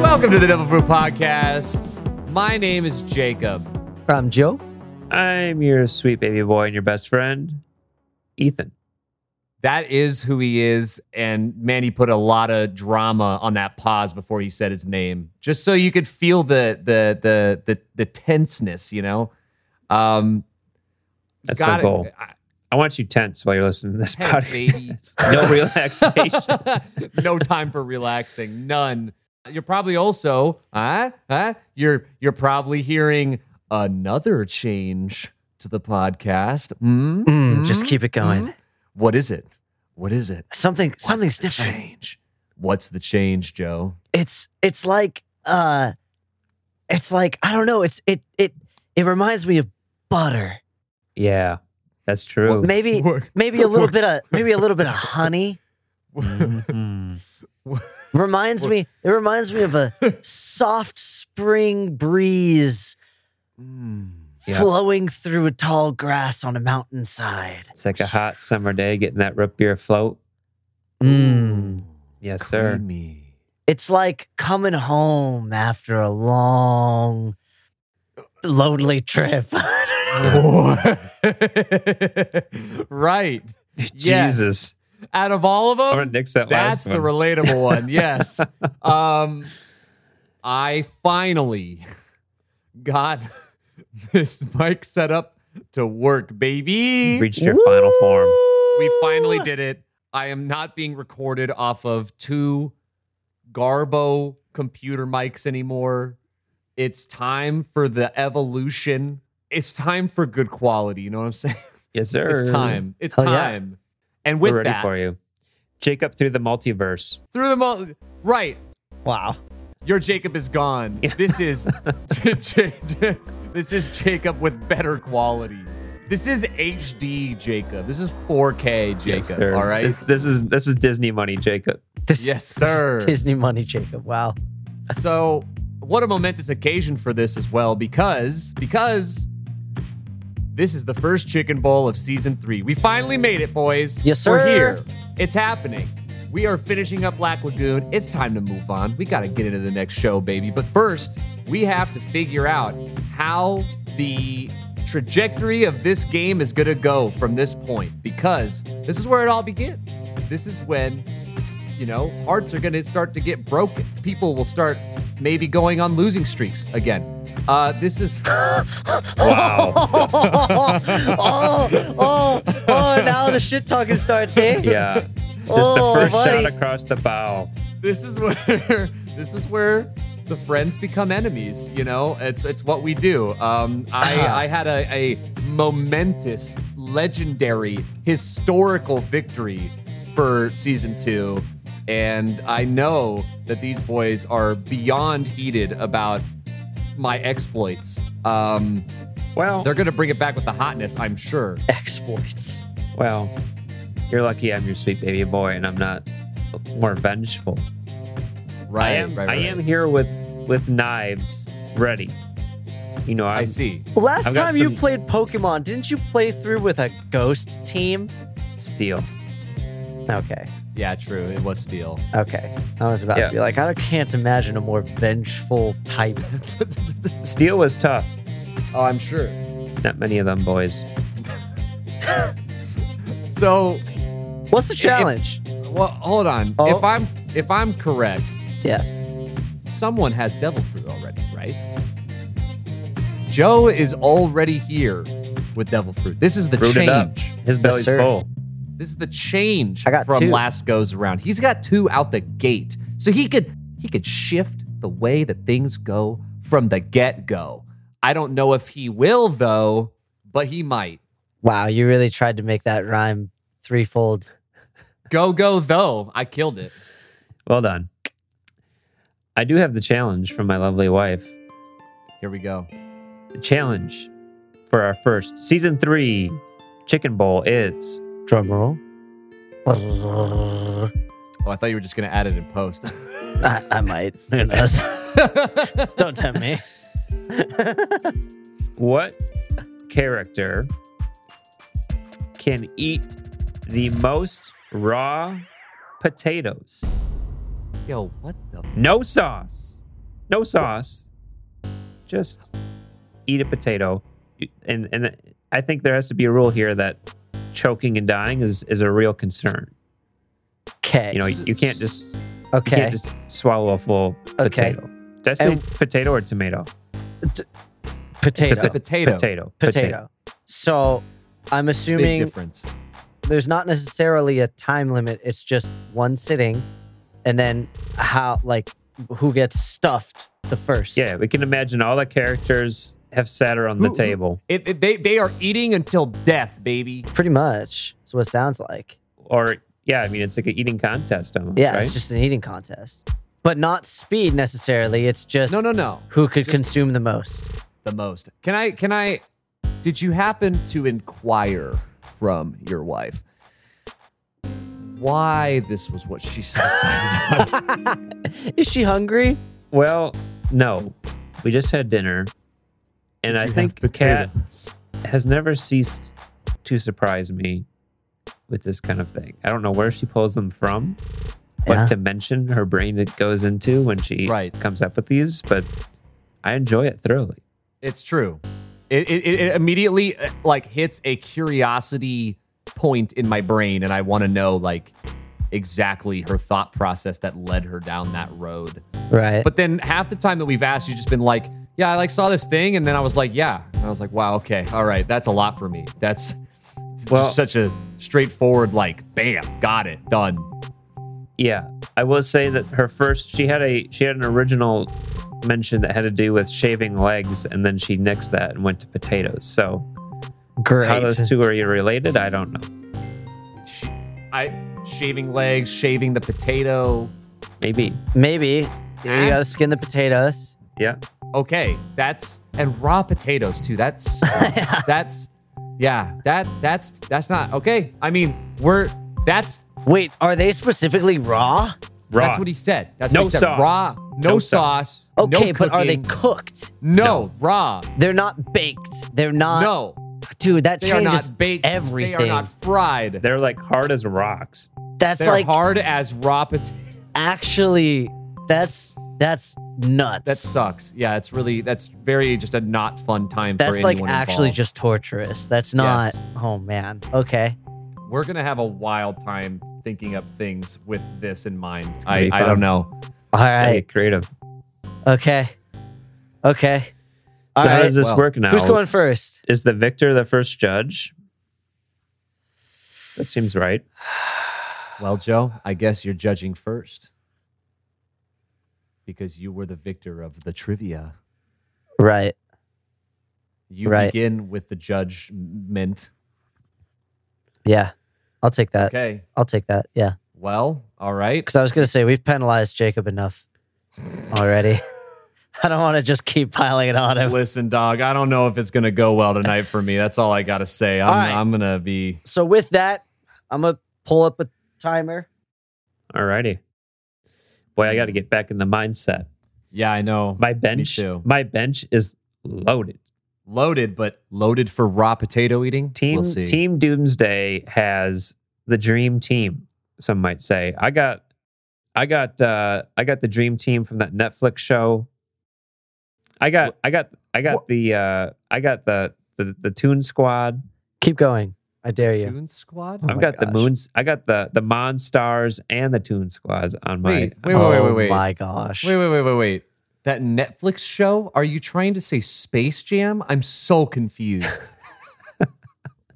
Welcome to the Devil Fruit Podcast. My name is Jacob. I'm Joe. I'm your sweet baby boy and your best friend, Ethan. That is who he is. And man, he put a lot of drama on that pause before he said his name, just so you could feel the the the the, the tenseness, you know. Um, That's got my it. goal. I want you tense while you're listening to this Tense, podcast. no relaxation. no time for relaxing. None. You're probably also, huh? Huh? You're you're probably hearing another change to the podcast. Hmm? Mm, Just Mhm. keep it going. Mhm. What is it? What is it? Something, What's something's the different. Change. What's the change, Joe? It's, it's like, uh, it's like I don't know. It's it it it reminds me of butter. yeah, that's true. Maybe What- maybe a little what- bit of maybe a little bit of honey. Mhm. Reminds What- me. It reminds me of a soft spring breeze Mm. Yeah. flowing through a tall grass on a mountainside. It's like a hot summer day getting that root beer float. Mm. Yes, sir. Hmm. Creamy. It's like coming home after a long, lonely trip. right. Yes. Jesus. Out of all of them, I'm going to nix that That's last the one. relatable one. Yes. um, I finally got this mic set up to work, baby. Reached your final form. We finally did it. I am not being recorded off of two Garbo computer mics anymore. It's time for the evolution. It's time for good quality. You know what I'm saying? Yes, sir. It's time. It's Hell yeah. time. And We're with ready that, for you. Jacob through the multiverse. through the mo- right, Wow. Your Jacob is gone. This is J- J- J- this is Jacob with better quality. This is HD Jacob. This is 4K Yes, Jacob. sir. all right. This, this is this is Disney money, Jacob. This, Yes, this is sir. Disney money, Jacob. Wow. So, what a momentous occasion for this as well, because because this is the first Chicken Bowl of season three. We finally made it, boys. Yes, We're sir. here. It's happening. We are finishing up Black Lagoon. It's time to move on. We got to get into the next show, baby. But first, we have to figure out how the trajectory of this game is going to go from this point because this is where it all begins. This is when you know, hearts are going to start to get broken. People will start maybe going on losing streaks again. Uh, this is Wow. oh, oh, oh, now the shit talking starts, eh? yeah. Just Oh, the first buddy. shot across the bow. this is where this is where the friends become enemies. You know, it's it's what we do. Um, I I had a, a momentous, legendary, historical victory for season two, and I know that these boys are beyond heated about my exploits. Um, Well, They're going to bring it back with the hotness, I'm sure. Exploits. Well, you're lucky I'm your sweet baby boy and I'm not more vengeful. Right. I am right, I right. am here with with knives ready. You know, I'm, I see. Last I've got time you some- played Pokemon, didn't you play through with a ghost team? steel. Okay, Yeah, true. It was steel. okay. I was about Yeah. to be like, I can't imagine a more vengeful type. Steel was tough. oh, I'm sure. Not many of them boys. So, What's the challenge? well, hold on. Oh. If I'm if I'm correct, yes. someone has devil fruit already, right? Joe is already here with devil fruit. This is the Fruited up. change. His belly's sir. full. This is the change I got from two. last goes around. He's got two out the gate. So he could he could shift the way that things go from the get-go. I don't know if he will though, but he might. Wow, you really tried to make that rhyme threefold. Go go though. I killed it. Well done. I do have the challenge from my lovely wife. Here we go. The challenge for our first season three chicken bowl is Drum roll. Oh, I thought you were just gonna add it in post. I, I might. Who knows? Don't tempt me. what character can eat the most raw potatoes. Yo, what the? No sauce. No sauce. Just eat a potato. You- And and I think there has to be a rule here that choking and dying is, is a real concern. Okay. You know, you can't just you okay. can't just swallow a full Okay. potato. Did I say And- potato or tomato? potato. It's a potato. Potato. Potato. So I'm Big assuming difference. there's not necessarily a time limit. It's just one sitting, and then how like who gets stuffed the first. Yeah, we can imagine all the characters have sat around the Who- who- table It, it- they they are eating until death, baby. Pretty much. That's what it sounds like. or yeah, I mean it's like an eating contest almost, Yeah, right? it's just an eating contest. But not speed necessarily. It's just No, no, no. who could Just- consume the most. The most. Can I? Can I? Did you happen to inquire from your wife why this was what she decided on? Is she hungry? Well, no. We just had dinner. And Did I you have think Kat potatoes? has never ceased to surprise me with this kind of thing. I don't know where she pulls them from, Yeah. what dimension her brain it goes into when she Right. comes up with these, but I enjoy it thoroughly. It's true. It, it, it immediately uh, like hits a curiosity point in my brain, and I want to know like exactly her thought process that led her down that road. Right. But then half the time that we've asked, you've just been like, "Yeah, I like saw this thing," and then I was like, "Yeah," and I was like, "Wow, okay, all right, that's a lot for me. That's Well- just such a straightforward like, bam, got it, done." Yeah, I will say that her first she had a she had an original mention that had to do with shaving legs and then she nixed that and went to potatoes. So Great. how those two are related, I don't know. Sh- I shaving legs, shaving the potato. Maybe. Maybe. Huh? You gotta skin the potatoes. Yeah. okay that's and raw potatoes too that's that's yeah that that's that's not okay i mean we're that's Wait, are they specifically raw? Raw. that's what he said that's No what he said sauce. raw no, No sauce, no Okay, but are they cooking. cooked? no, raw They're not baked. They're not. no Dude, that they are changes not baked everything. they are not fried They're like hard as rocks. that's they're like hard as raw potatoes actually. That's that's nuts. that sucks yeah it's really that's very just a not fun time for that's like anyone actually involved. just torturous. That's not. Yes. Oh man. Okay. we're gonna have a wild time thinking up things with this in mind gonna I, be I fun. don't know All Really right. creative. So Okay. Okay. All how right. does this well, work now? Who's going first? Is the victor the first judge? That seems right. Well, Joe, I guess you're judging first because you were the victor of the trivia. Right. You Right. begin with the judgment. Yeah. I'll take that. Okay. I'll take that. Yeah. Well, all right. Because I was gonna say we've penalized Jacob enough already. I don't want to just keep piling it on him. Listen, dog, I don't know if it's going to go well tonight for me. That's all I got to say. I'm, All right. I'm going to be. So with that, I'm gonna pull up a timer. Alrighty. Boy, I gotta get back in the mindset. Yeah, I know. My bench too. my bench is loaded. Loaded, but loaded for raw potato eating. Team we'll see. Team Doomsday has the dream team, some might say. I got I got uh I got the dream team from that Netflix show. I got I got I got What? the uh I got the the, the Toon Squad. Keep going. I dare you. Toon Squad? Oh I've my got the gosh. moons. I got the the Mon Stars and the Toon Squads on my. Wait, wait, oh wait, wait, wait. my gosh. Wait, wait, wait, wait, wait. That Netflix show? Are you trying to say Space Jam? I'm so confused.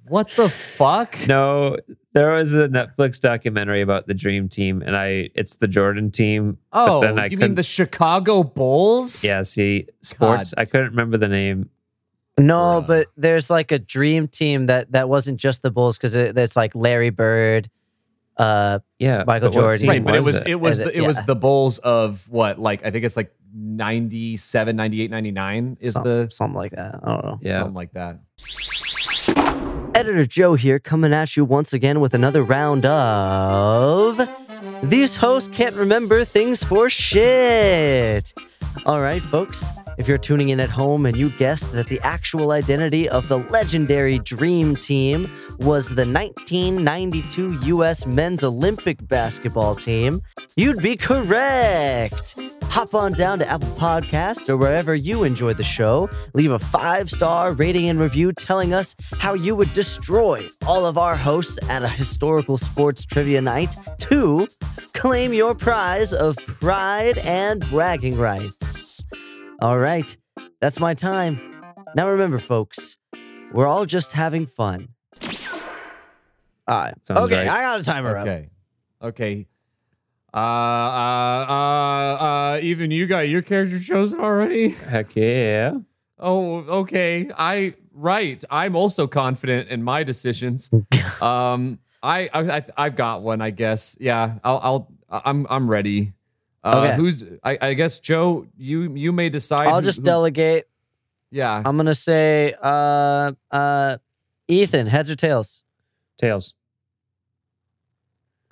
what the fuck? No, there was a Netflix documentary about the Dream Team, and I it's the Jordan team. but oh, then I you mean couldn't- the Chicago Bulls? Yeah, see, sports. I couldn't remember the name. No, Bruh. but there's like a dream team that that wasn't just the Bulls because it, it's like Larry Bird. Uh, Yeah, Michael but what Jordan. team uh, Right, but it was it was Is it- the, it was yeah. the Bulls of what? Like I think it's like 97, 98, 99 is some- the something like that? I don't know. Yeah, something like that. Editor Joe here, coming at you once again with another round of These hosts can't remember things for shit. All right, folks, if you're tuning in at home and you guessed that the actual identity of the legendary Dream Team was the 1992 U.S. men's Olympic basketball team, you'd be correct. Hop on down to Apple Podcast or wherever you enjoy the show. Leave a five star rating and review telling us how you would destroy all of our hosts at a historical sports trivia night. Two, claim your prize of pride and bragging rights. All right, that's my time. Now remember, folks, we're all just having fun. All right. Sounds okay, right. I got a timer up. Okay. Okay. Uh, uh, uh, uh, even you got your character chosen already? Heck yeah. Oh, okay. I, right. I'm also confident in my decisions. um, I, I, I- I've got one, I guess. Yeah. I'll, I'll, I'm, I'm ready. Uh, Okay. who's, I, I guess, Joe, you, you may decide. I'll who- just who- delegate. Yeah. I'm gonna say, uh, uh, Ethan, heads or tails? Tails.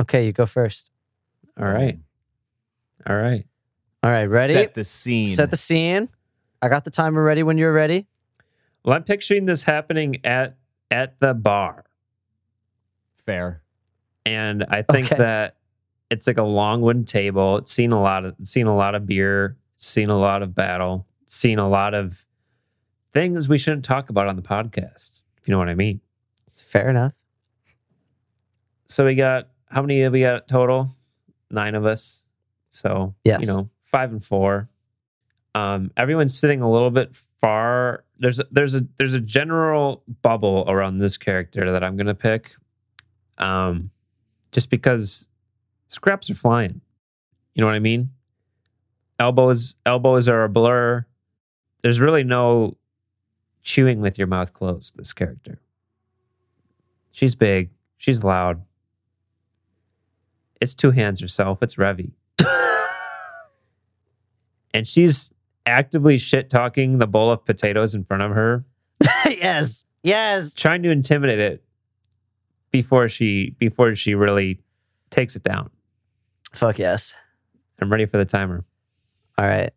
Okay, you go first. All right. Mm. All right. All right, ready? Set the scene. Set the scene. I got the timer ready when you're ready. Well, I'm picturing this happening at at the bar. Fair. and I think Okay. that it's like a long wooden table. It's seen a lot of it's seen a lot of beer, it's seen a lot of battle, it's seen a lot of things we shouldn't talk about on the podcast. If you know what I mean. Fair enough. So we got how many have we got total? Nine of us. So Yes. you know, five and four. Um, everyone's sitting a little bit far. There's a, there's a there's a general bubble around this character that I'm gonna pick, um, just because scraps are flying. You know what I mean? Elbows elbows are a blur. There's really no chewing with your mouth closed. This character. She's big. She's loud. It's two hands herself. It's Revy and she's actively shit talking the bowl of potatoes in front of her, yes. Yes. trying to intimidate it before she before she really takes it down. Fuck yes. I'm ready for the timer. All right.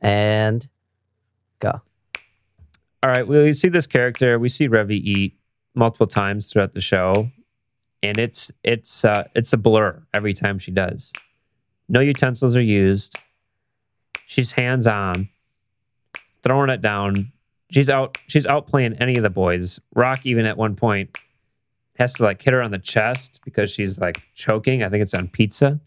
And go. All right, we see this character. We see Revy eat multiple times throughout the show, and it's it's uh, it's a blur every time she does. No utensils are used. She's hands on, throwing it down. She's out. She's outplaying any of the boys. Rock even at one point has to like hit her on the chest because she's like choking. I think it's on pizza,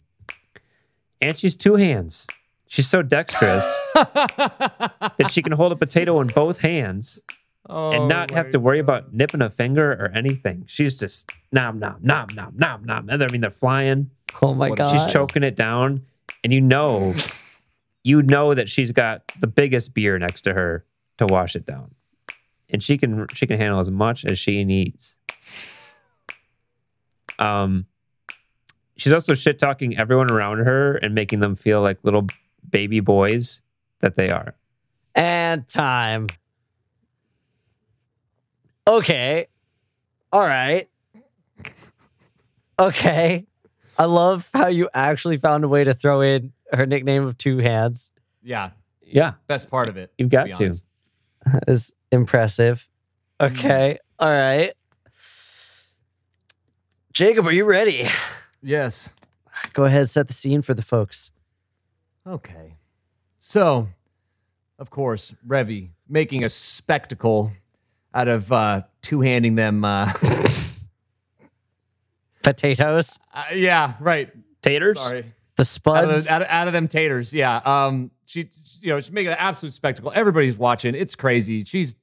and she's two hands. She's so Oh dexterous that she can hold a potato in both hands and Oh not have to worry about nipping a finger or anything. She's just nom nom nom nom nom nom. And I mean, they're flying. Oh my What- god. she's She's choking it down, and you know, you know that she's got the biggest beer next to her to wash it down, and she can she can handle as much as she needs. Um, she's also shit talking everyone around her and making them feel like little baby boys that they are. and time. Okay. All right. Okay. I love how you actually found a way to throw in her nickname of two hands. Yeah. Yeah, Best part of it. You've to got be to. honest. That is impressive. Okay. All right. Jacob, are you ready? Yes. Go ahead, set the scene for the folks. Okay. So, of course, Revy making a spectacle out of uh, two handing them. Uh, Potatoes, uh, yeah, right. taters. Sorry. the Out spuds. of, out, of, out of them taters. Yeah. Um. She, she- you know, she's making an absolute spectacle. Everybody's watching. It's crazy. She's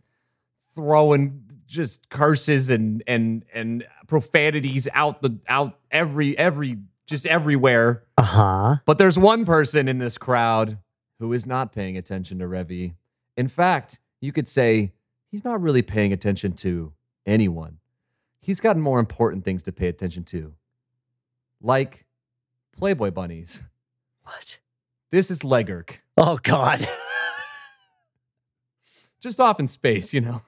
throwing just curses and and and profanities out the out every every just everywhere. Uh huh. But there's one person in this crowd who is not paying attention to Revy. In fact, you could say he's not really paying attention to anyone. He's got more important things to pay attention to, like Playboy bunnies. What? This is Legurk, Oh, God. just off in space, you know.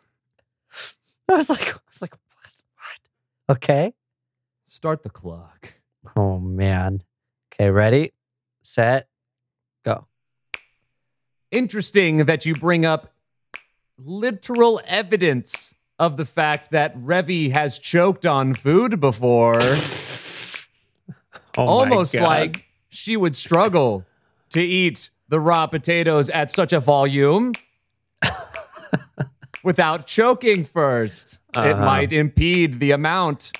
I was like, I was like, what? what? Okay. Start the clock. Oh man. Okay, ready, set, go. Interesting that you bring up literal evidence of the fact that Revy has choked on food before. Oh my almost God. like she would struggle to eat the raw potatoes at such a volume without choking 1st It Uh-huh. might impede the amount.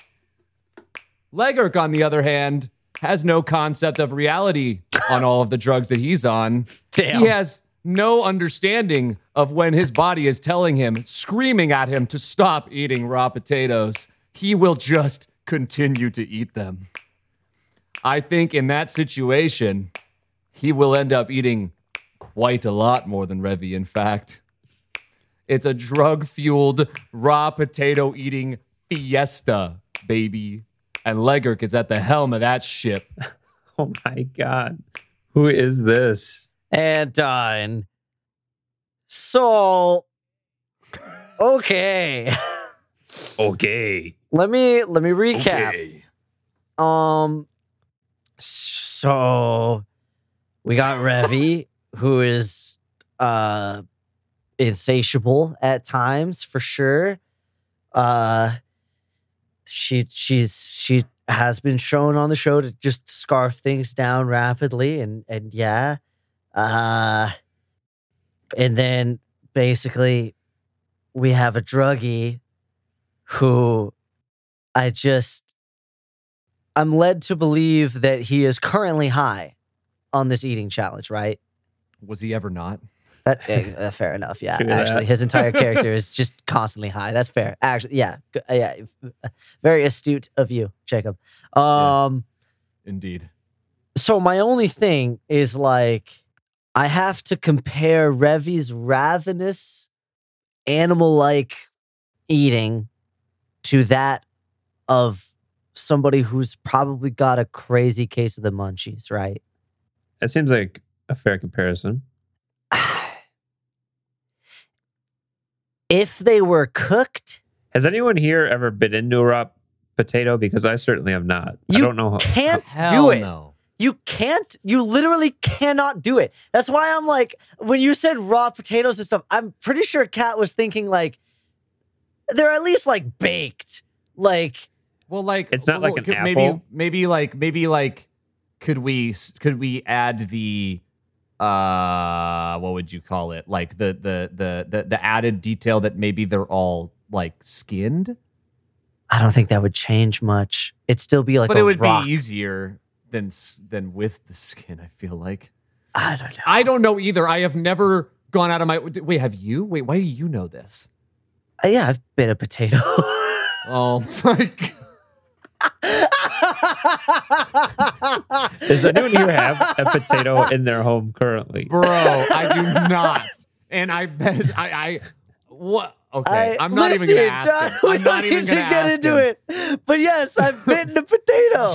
Legerk, on the other hand, has no concept of reality on all of the drugs that he's on. Damn. He has no understanding of when his body is telling him, screaming at him to stop eating raw potatoes. He will just continue to eat them. I think in that situation, he will end up eating quite a lot more than Revy, in fact. It's a drug fueled, raw potato eating fiesta, baby. And Legerk is at the helm of that ship. Oh my god. Who is this? And done. So okay. Okay. let me let me recap. Um so we got Revy, who is uh insatiable at times for sure. Uh she she's she has been shown on the show to just scarf things down rapidly and and yeah. Uh and then basically we have a druggie who I just I'm led to believe that he is currently high on this eating challenge, right? Was he ever not? That eh, uh, fair enough. Yeah, True that. actually, his entire character is just constantly high. That's fair. Actually, yeah, g- uh, yeah, uh, very astute of you, Jacob. Um, Indeed. so my only thing is like, I have to compare Revy's ravenous, animal-like eating to that of somebody who's probably got a crazy case of the munchies, right? That seems like a fair comparison. if they were cooked, Has anyone here ever been into a raw potato? Because I certainly have not. I You don't know. How, can't do Hell it. no. You can't. You literally cannot do it. That's why I'm like, when you said raw potatoes and stuff, I'm pretty sure Kat was thinking like, they're at least like baked. Like, Well, like It's not like well, an could- apple. Maybe, maybe like, maybe like, could we s- could we add the, uh, what would you call it? Like the the the the, the added detail that maybe they're all like skinned, I don't think that would change much. It'd still be like but a it would rock. be easier than s- than with the skin. I feel like I don't know. I don't know either. I have never gone out of my wait. Have you? Wait, why do you know this? Uh, yeah, I've been a potato. Oh my god. does anyone here have a potato in their home currently? bro. I do not, and I bet I, I what? Okay, I, am not even gonna listen, John, ask. we Him. I'm not don't even need gonna to get ask into him. it. But yes, I've bitten a potato.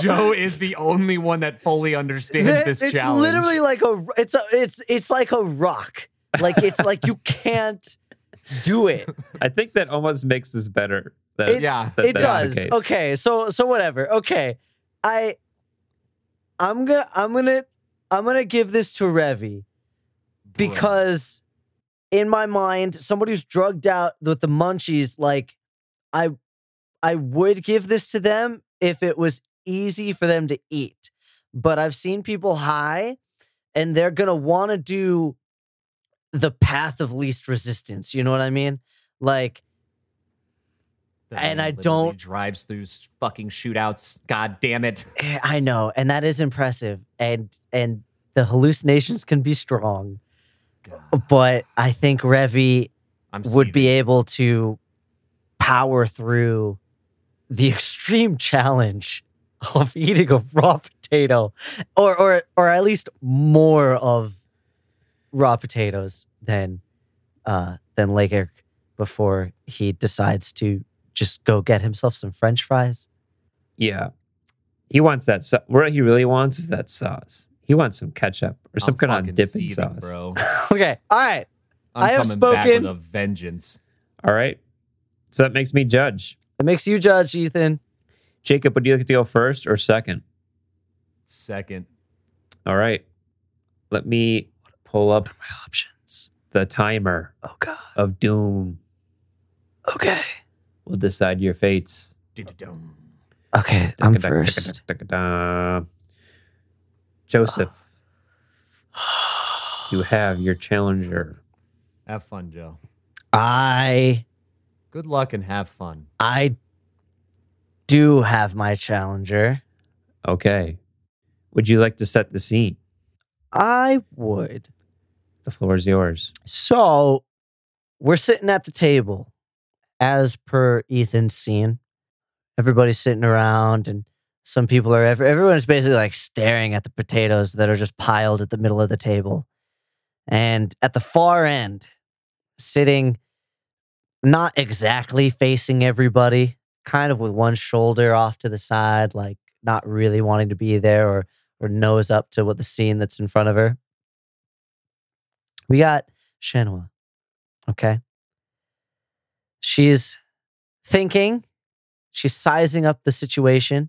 Joe is the only one that fully understands That- this it's challenge. literally like a it's a it's it's like a rock. Like it's like you can't do it. I think that almost makes this better. That, It- yeah. that it does. that's the case. Okay, so so whatever. Okay. I I'm gonna I'm gonna I'm gonna give this to Revy. Bro. because in my mind somebody who's drugged out with the munchies like i i would give this to them if it was easy for them to eat but i've seen people high and they're gonna want to do the path of least resistance you know what i mean like That and I literally don't- drives through s- fucking shootouts. God damn it! eh, i know and that is impressive and and the hallucinations can be strong God, but i think revy I'm would seething. be able to power through the extreme challenge of eating a raw potato or or or at least more of raw potatoes than uh than Laker before he decides to just go get himself some french fries. Yeah. He wants that. Su- what he really wants is that sauce. He wants some ketchup or some I'm kind fucking of dipping seething, sauce. bro. okay. All right. I'm I have coming back spoken. with a vengeance. All right. So that makes me judge. It makes you judge, Ethan. Jacob, would you like to go first or second? Second. All right. Let me pull up What are my options? the timer Oh God. of doom. Okay. We'll decide your fates. Du-du-dum. Okay, I'm first. Joseph, Oh. you have your challenger. Have fun, Joe. I Good luck and have fun. I do have my challenger. Okay. Would you like to set the scene? I would. The floor is yours. So we're sitting at the table as per Ethan's scene. Everybody's sitting around and some people are ev- everyone's basically like staring at the potatoes that are just piled at the middle of the table. And at the far end, sitting not exactly facing everybody, kind of with one shoulder off to the side, like not really wanting to be there or or nose up to what the scene that's in front of her. We got Shenhua. Okay. She's thinking, she's sizing up the situation.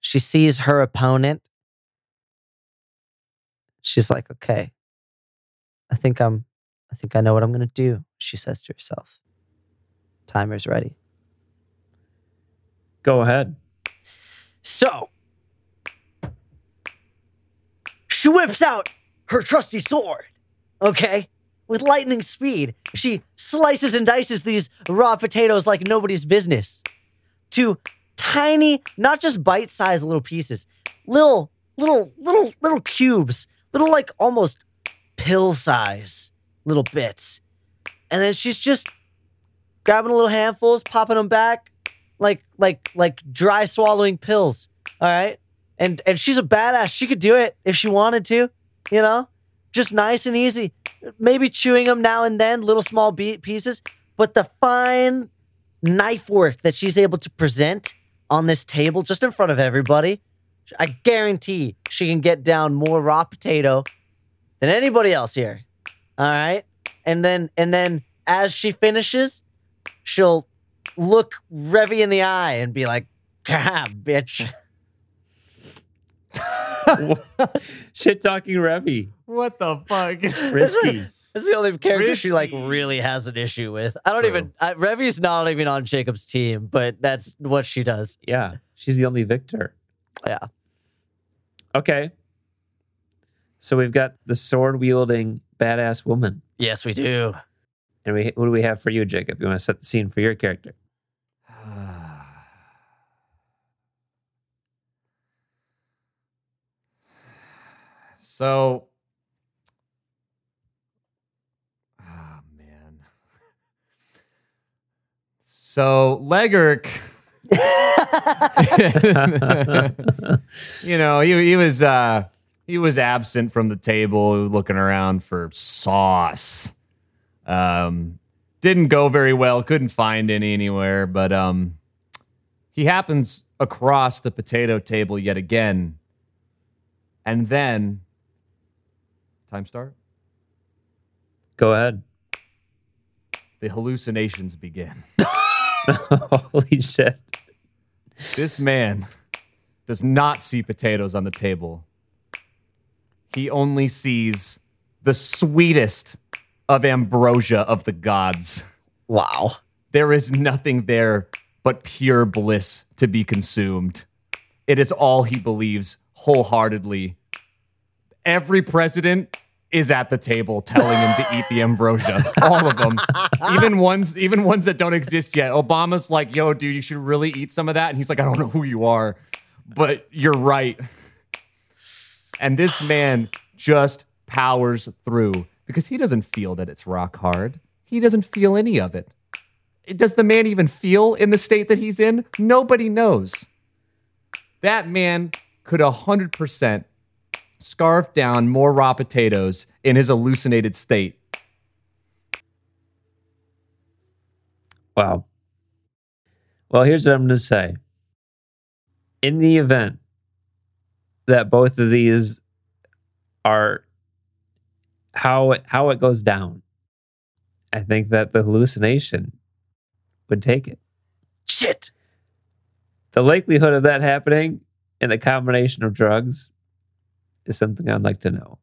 She sees her opponent. She's like, okay, I think I'm, I think I know what I'm going to do, she says to herself. Timer's ready. Go ahead. So she whips out her trusty sword. Okay? With lightning speed, she slices and dices these raw potatoes like nobody's business to tiny, not just bite-sized little pieces, little, little, little, little cubes, little like almost pill size little bits. And then she's just grabbing little handfuls, popping them back, like like like dry swallowing pills. All right, and and she's a badass. She could do it if she wanted to, you know, just nice and easy. Maybe chewing them now and then, little small be- pieces, but the fine knife work that she's able to present on this table, just in front of everybody, I guarantee she can get down more raw potato than anybody else here. All right, and then and then as she finishes, she'll look Revy in the eye and be like, "Ah, bitch." Shit talking Revy. What the fuck? Risky. That's the only character she like Risky. really has an issue with. I don't True. even. I, Revy's not even on Jacob's team, but that's what she does. yeah. She's the only victor. Yeah. Okay. So we've got the sword wielding badass woman. Yes, we do. And we what do we have for you, Jacob? You want to set the scene for your character? so, ah man. So Leggerk, you know, he, he was uh, he was absent from the table, looking around for sauce. Um, didn't go very well. Couldn't find any anywhere, but um, he happens across the potato table yet again, and then time start. Go ahead. The hallucinations begin. Holy shit. This man does not see potatoes on the table. He only sees the sweetest of ambrosia of the gods. wow. There is nothing there but pure bliss to be consumed. It is all he believes wholeheartedly. Every president is at the table telling him to eat the ambrosia. All of them. Even ones even ones that don't exist yet. Obama's like, "Yo, dude, you should really eat some of that." And he's like, "I don't know who you are, but you're right." And this man just powers through because he doesn't feel that it's rock hard. He doesn't feel any of it does the man even feel in the state that he's in? Nobody knows. That man could 100% scarf down more raw potatoes in his hallucinated state. Wow. Well, here's what I'm going to say. In the event that both of these are how it, how it goes down, I think that the hallucination would take it. Shit. The likelihood of that happening and the combination of drugs is something I'd like to know.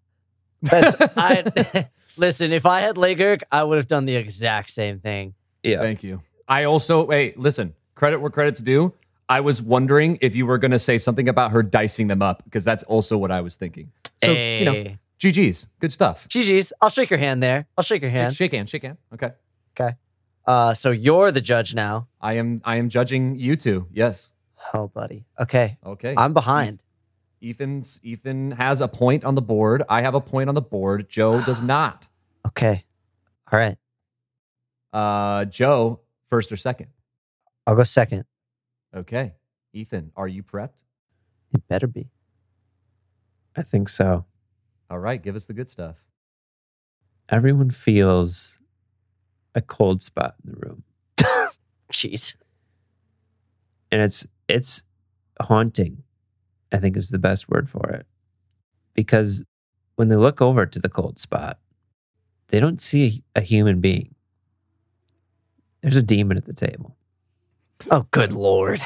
That's, I, listen, if I had Legurk, I would have done the exact same thing. Yeah. Thank you. I also hey, listen, credit where credit's due. I was wondering if you were gonna say something about her dicing them up, because that's also what I was thinking. So you know, Hey. GG's. Good stuff. GG's. I'll shake your hand there. I'll shake your Shake, hand. shake hand, shake hand. Okay. Uh, so you're the judge now. I am I am judging you two. Yes. Oh, buddy. Okay. Okay. I'm behind. Ethan's Ethan has a point on the board. I have a point on the board. Joe does not. Okay. All right. Uh Joe, first or second. I'll go second. Okay. Ethan, are you prepped? It better be. I think so. All right, give us the good stuff. Everyone feels a cold spot in the room. Jeez. and it's it's haunting i think is the best word for it because when they look over to the cold spot they don't see a human being there's a demon at the table Oh, good lord.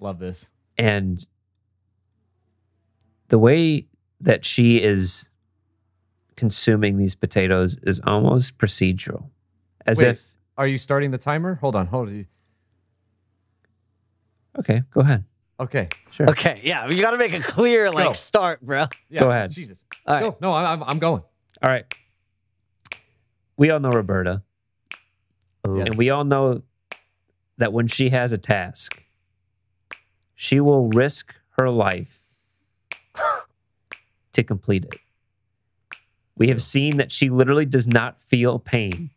Love this. and the way that she is consuming these potatoes is almost procedural as Wait. if Are you starting the timer? Hold on, hold on. okay go ahead Okay. sure Okay. Yeah. You got to make a clear like Go. start, bro. Yeah, Go ahead. Jesus. All right. Go. No, I- I'm, I'm going. all right we all know roberta Ooh. Yes. And we all know that when she has a task, she will risk her life to complete it. We have seen that she literally does not feel pain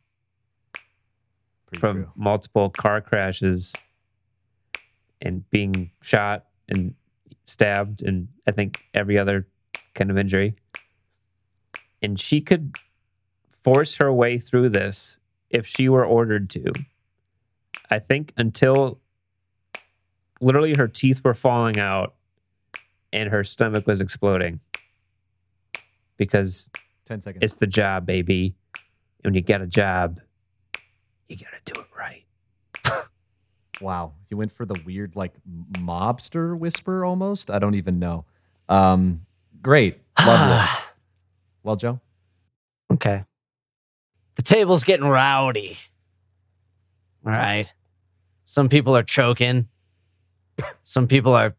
Pretty from true. multiple car crashes and being shot and stabbed and I think every other kind of injury. And she could force her way through this if she were ordered to. I think until literally her teeth were falling out and her stomach was exploding because 10 seconds. it's the job, baby. And when you get a job, you gotta do it right. wow. You went for the weird, like, m- mobster whisper almost. I don't even know. Um, great. Lovely. well, Joe, okay. The table's getting rowdy. All right. Some people are choking. Some people are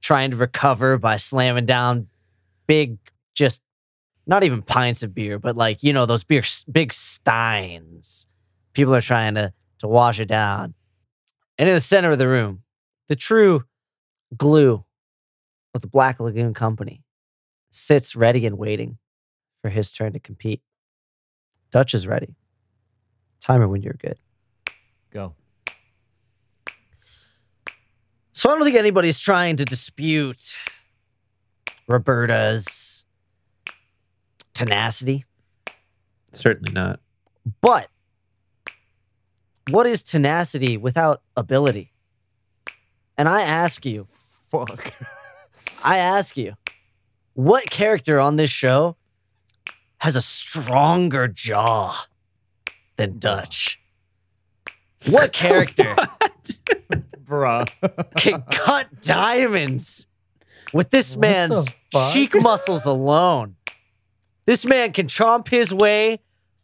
trying to recover by slamming down big, just not even pints of beer, but like, you know, those beer, big steins. People are trying to, to wash it down. And in the center of the room, the true glue of the Black Lagoon Company sits ready and waiting for his turn to compete. Dutch is ready. Timer when you're good. go. So I don't think anybody's trying to dispute Roberta's tenacity. Certainly not. But what is tenacity without ability? And I ask you, Fuck. I ask you, what character on this show has a stronger jaw than Dutch? What character Bruh. can cut diamonds with this What man's the fuck? cheek muscles alone. This man can chomp his way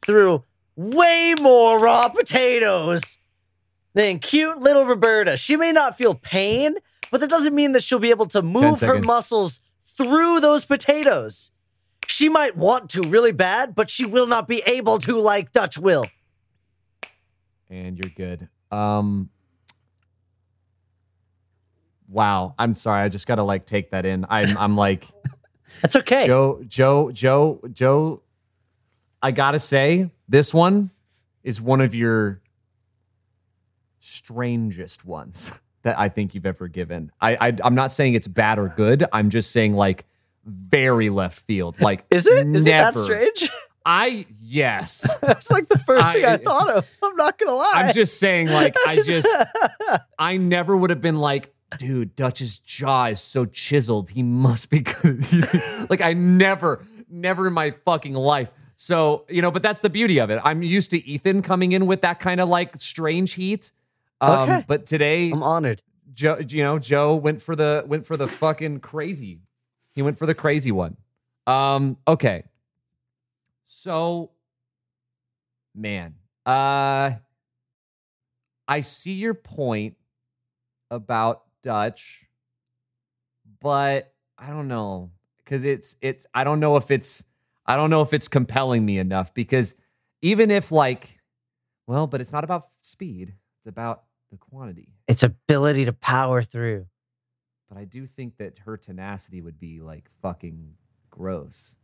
through way more raw potatoes than cute little Roberta. She may not feel pain, but that doesn't mean that she'll be able to move her seconds. muscles through those potatoes. She might want to really bad, but she will not be able to like Dutch will. and you're good. Um, wow. I'm sorry. I just got to, like, take that in. I'm, I'm like, That's okay. Joe, Joe, Joe, Joe, I gotta say, this one is one of your strangest ones that I think you've ever given. I, I I'm not saying it's bad or good. I'm just saying like very left field. Like Is it? Is it that never. strange? I yes. That's like the first thing I, I- thought of. I'm not gonna lie. I'm just saying like I just I never would have been like, dude, Dutch's jaw is so chiseled. He must be good. like I never, never in my fucking life. So, you know, but that's the beauty of it. I'm used to Ethan coming in with that kind of like strange heat. Um, Okay. But today, I'm honored. Joe, you know, Joe went for the went for the fucking crazy. He went for the crazy one. Um, okay. So, man, uh, I see your point about Dutch, but I don't know because it's it's I don't know if it's I don't know if it's compelling me enough because even if like, well, but it's not about speed; it's about the quantity Its ability to power through. but I do think that her tenacity would be like fucking gross.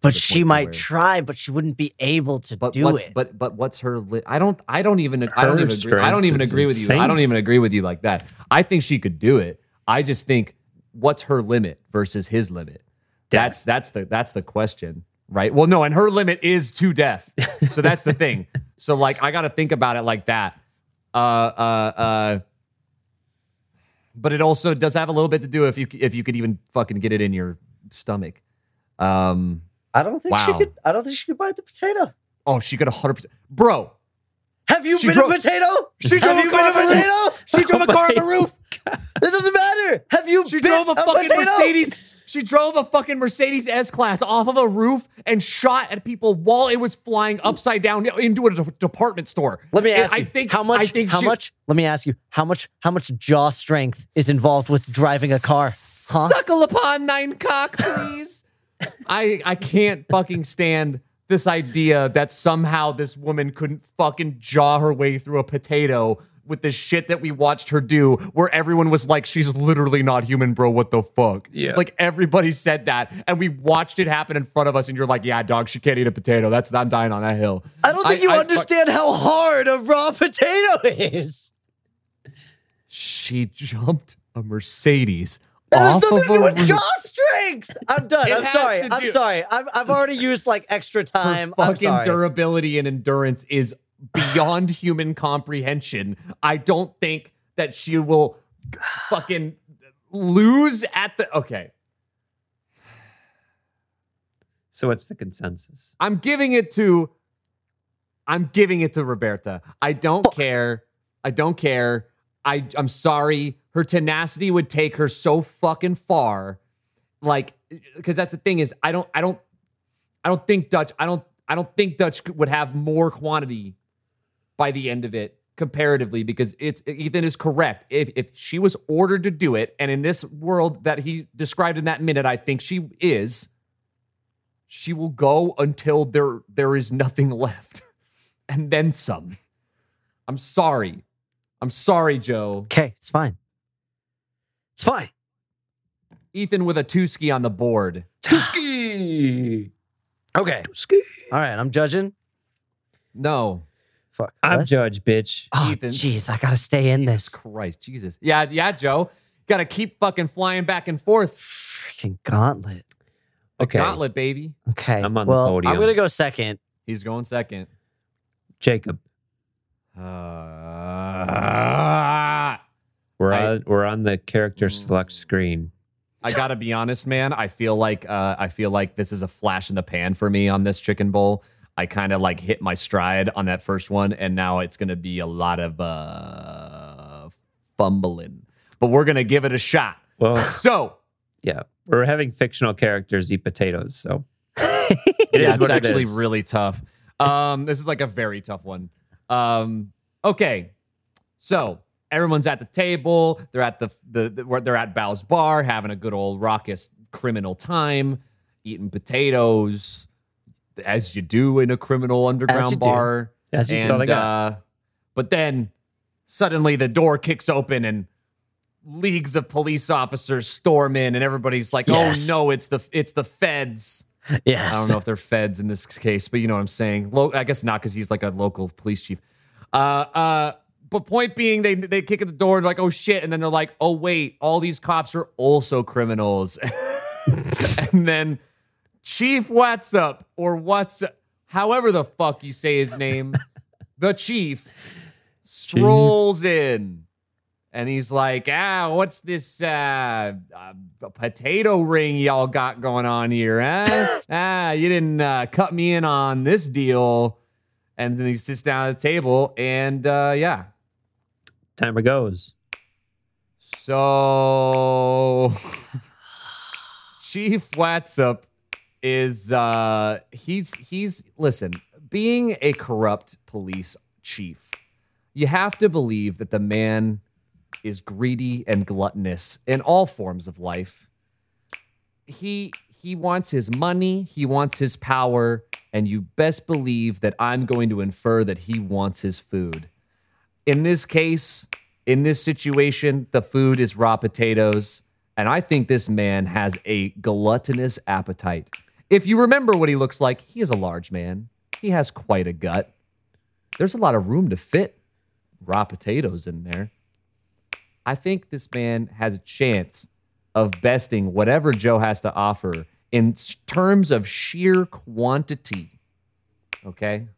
But the she point to might where- try, but she wouldn't be able to But do what's it. but but what's her? Li- I don't I don't even I don't Her even agree, I don't strength even is agree with you. I insane. don't even agree with you like that. I think she could do it. I just think what's her limit versus his limit. That's that's the that's the question, right? Well, no, and her limit is to death. So that's the thing. So like I got to think about it like that. Uh uh uh but it also does have a little bit to do if you if you could even fucking get it in your stomach. Um I don't think she Wow. could. I don't think she could bite the potato. oh, she could 100% Bro, Have you She been drove- a potato? She drove Have a you car been a over- potato? she drove a car on the roof. That doesn't matter. Have you She been drove a fucking potato? Mercedes. She drove a fucking Mercedes S class off of a roof and shot at people while it was flying upside down into a de- department store. Let me And ask I you, think how much? I think how she- much? Let me ask you how much? How much jaw strength is involved with driving a car? Huh? Suckle upon nine cock, please. I I can't fucking stand this idea that somehow this woman couldn't fucking jaw her way through a potato with the shit that we watched her do, where everyone was like, "She's literally not human, bro. What the fuck?" Yeah. like everybody said that, and we watched it happen in front of us, and you're like, "Yeah, dog, she can't eat a potato. That's I'm dying on that hill." I don't think you fuck- understand how hard a raw potato is. she jumped a Mercedes. That has off nothing to of do a with roof. jaw strength. I'm done. It I'm has sorry. to I'm do- sorry. I've, I've already used like extra her time. I'm fucking sorry. durability and endurance is beyond human comprehension. I don't think that she will fucking lose at the okay. So what's the consensus? I'm giving it to I'm giving it to Roberta. I don't care. I don't care. I I'm sorry. Her tenacity would take her so fucking far. Like cuz that's the thing is I don't I don't I don't think Dutch I don't I don't think Dutch could- would have more quantity by the end of it comparatively because it's Ethan is correct. If if she was ordered to do it and in this world that he described in that minute I think she is she will go until there there is nothing left and then some i'm sorry i'm sorry joe Okay, it's fine. It's fine. ethan with a two ski on the board Ski. Okay. Ski. All right. I'm judging. no Fuck. I'm What? judge, bitch. Oh, Ethan. jeez. I got to stay in jesus this. christ jesus yeah yeah joe gotta keep fucking flying back and forth Freaking gauntlet. Okay, gauntlet baby Okay. I'm on the well, podium. I'm going to go second. he's going second Jacob, uh, we're I- Mm. on we're on the character select screen. I gotta be honest, man. I feel like uh, I feel like this is a flash in the pan for me on this chicken bowl. I kind of like hit my stride on that first one, and now it's gonna be a lot of uh, fumbling. But we're gonna give it a shot. Well, So yeah, we're having fictional characters eat potatoes, so it yeah, is it's what it actually is. really tough. Um, this is like a very tough one. Um, okay, so everyone's at the table. They're at the, the, the they're at Bow's bar having a good old raucous criminal time, eating potatoes, as you do in a criminal As you underground do. bar. As you do. and, That's all they got. uh, but then suddenly the door kicks open and leagues of police officers storm in, and everybody's like, Yes. "Oh no, it's the it's the feds." yes. I don't know if they're feds in this case, but you know what I'm saying. Lo- I guess not because he's like a local police chief. Uh, uh, but point being, they they kick at the door and like, oh shit, and then they're like, oh wait, all these cops are also criminals. and then Chief What's Up or What's however the fuck you say his name, the chief strolls in. And he's like, ah, what's this uh, uh, potato ring y'all got going on here, huh? ah, you didn't uh, cut me in on this deal. And then he sits down at the table, and uh, yeah. Timer goes. So Chief Watsup is uh he's he's listen, being a corrupt police chief, you have to believe that the man is greedy and gluttonous in all forms of life. He he wants his money, he wants his power, and you best believe that I'm going to infer that he wants his food. In this case, in this situation, the food is raw potatoes, and I think this man has a gluttonous appetite. If you remember what he looks like, he is a large man. He has quite a gut. There's a lot of room to fit raw potatoes in there. I think this man has a chance of besting whatever Joe has to offer in s- terms of sheer quantity. Okay?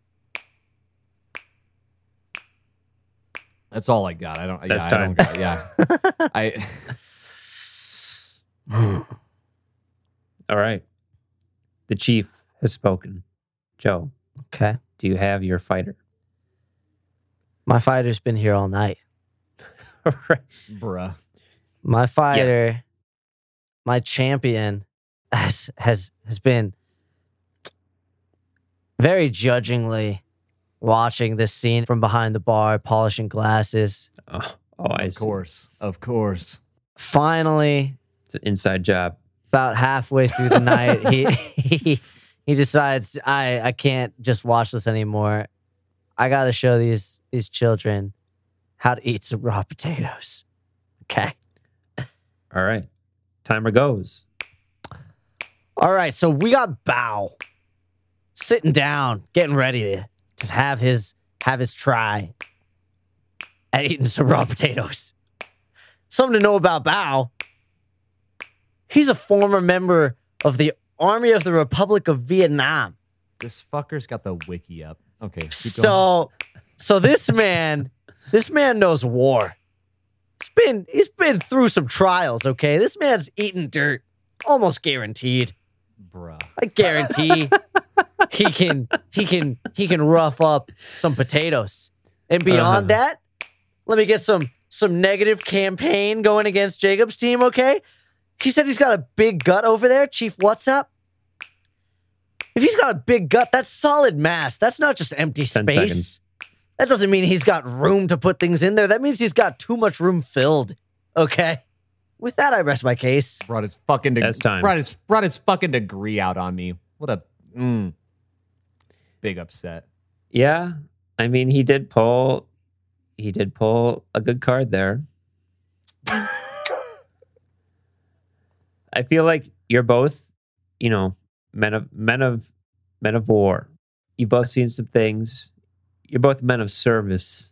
That's all I got. I don't That's yeah, I don't got yeah. I All right. The chief has spoken. Joe, Okay. do you have your fighter? My fighter's been here all night. All right. bruh. My fighter, my champion, has, has has been very judgingly watching this scene from behind the bar, polishing glasses. Oh, oh I Of see. course. Of course. Finally, It's an inside job. about halfway through the night, he, he he decides I I can't just watch this anymore. I got to show these these children how to eat some raw potatoes. Okay. All right. Timer goes. All right. So we got Bow sitting down, getting ready to, to have his have his try at eating some raw potatoes. Something to know about Bow. He's a former member of the Army of the Republic of Vietnam. This fucker's got the wiki up. Okay. keep going. So, so this man, this man knows war. He's been he's been through some trials. Okay, this man's eating dirt, almost guaranteed. bruh. I guarantee he can he can he can rough up some potatoes. And beyond Uh-huh. that, let me get some some negative campaign going against Jacob's team, okay? He said he's got a big gut over there, Chief What's up? If he's got a big gut, that's solid mass. That's not just empty Ten space. seconds. That doesn't mean he's got room to put things in there. That means he's got too much room filled. Okay. With that, I rest my case. Brought his fucking degree. That's time. Brought his brought his fucking degree out on me. What a mm, big upset. Yeah. I mean, he did pull. He did pull a good card there. I feel like you're both, you know, men of men of men of war. You've both seen some things. You're both men of service.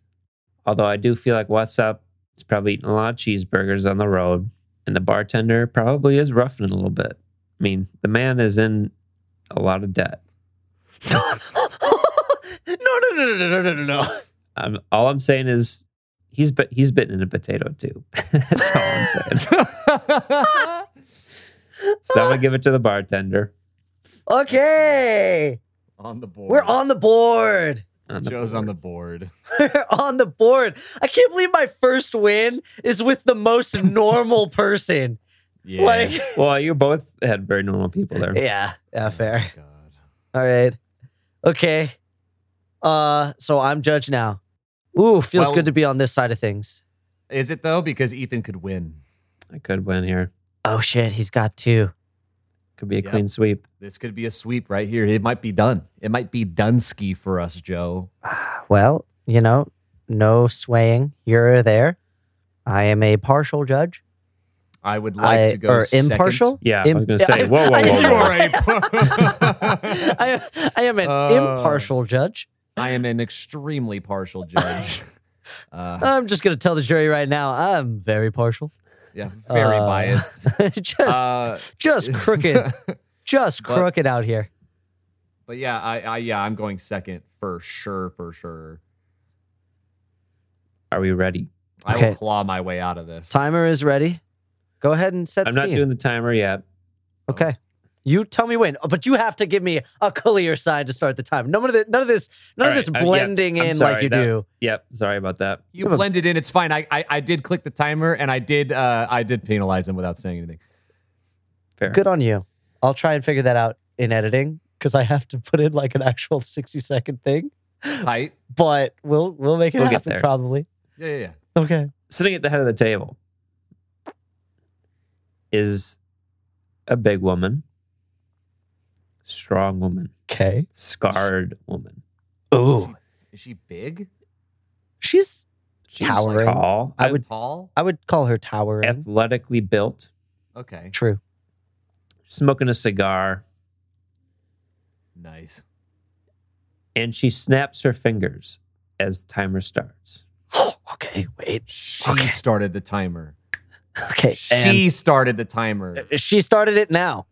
Although I do feel like what's up is probably eating a lot of cheeseburgers on the road, and the bartender probably is roughing it a little bit. I mean, the man is in a lot of debt. no, no, no, no, no, no, no, no, no. I'm, all I'm saying is he's bit, he's bitten in a potato too. That's all I'm saying. So I'm gonna give it to the bartender. Okay. on the board. We're on the board. on the Joe's board. on the board. We're on the board. I can't believe my first win is with the most normal person. Yeah. Like, Well, you both had very normal people there. yeah, yeah, fair. Oh, God. All right. Okay. Uh, so I'm judge now. Ooh, feels Well- good to be on this side of things. Is it though? Because Ethan could win. I could win here. Oh shit, he's got two. Could be a Yep. clean sweep. This could be a sweep right here. It might be done. It might be done ski for us, Joe. Well, you know, no swaying here or there. I am a partial judge. I would like I- to go or second. impartial. Yeah, I Im- was gonna say. I- whoa, whoa, I- You whoa! whoa. are a. I, I am an Uh. impartial judge. I am an extremely partial judge. Uh, I'm just gonna tell the jury right now. I'm very partial. yeah, very Uh, biased. just, Uh, just crooked, just But- crooked out here. But yeah, I, I yeah, I'm going second for sure, for sure. Are we ready? I Okay. will claw my way out of this. Timer is ready. Go ahead and set I'm the not scene. doing the timer yet. okay. You tell me when, but you have to give me a clear sign to start the time. None of the, none of this, none All of this right, uh, yeah, blending I'm in sorry, like you that- do. Yep. Sorry about that. You blend it in. It's fine. I, I I did click the timer and I did uh I did penalize him without saying anything. Fair. Good on you. I'll try and figure that out in editing because I have to put in like an actual sixty second thing. Tight. But we'll we'll make it We'll get happen there. probably. Yeah, yeah, yeah. Okay. Sitting at the head of the table is a big woman, strong woman, Okay. scarred woman. Oh, Is she big? she's. She's Towering. tall. I would Tall? I would call her towering. athletically built, Okay. True. smoking a cigar, Nice. and she snaps her fingers as the timer starts. okay. Wait. She Okay. started the timer. Okay. She started the timer. She started it now.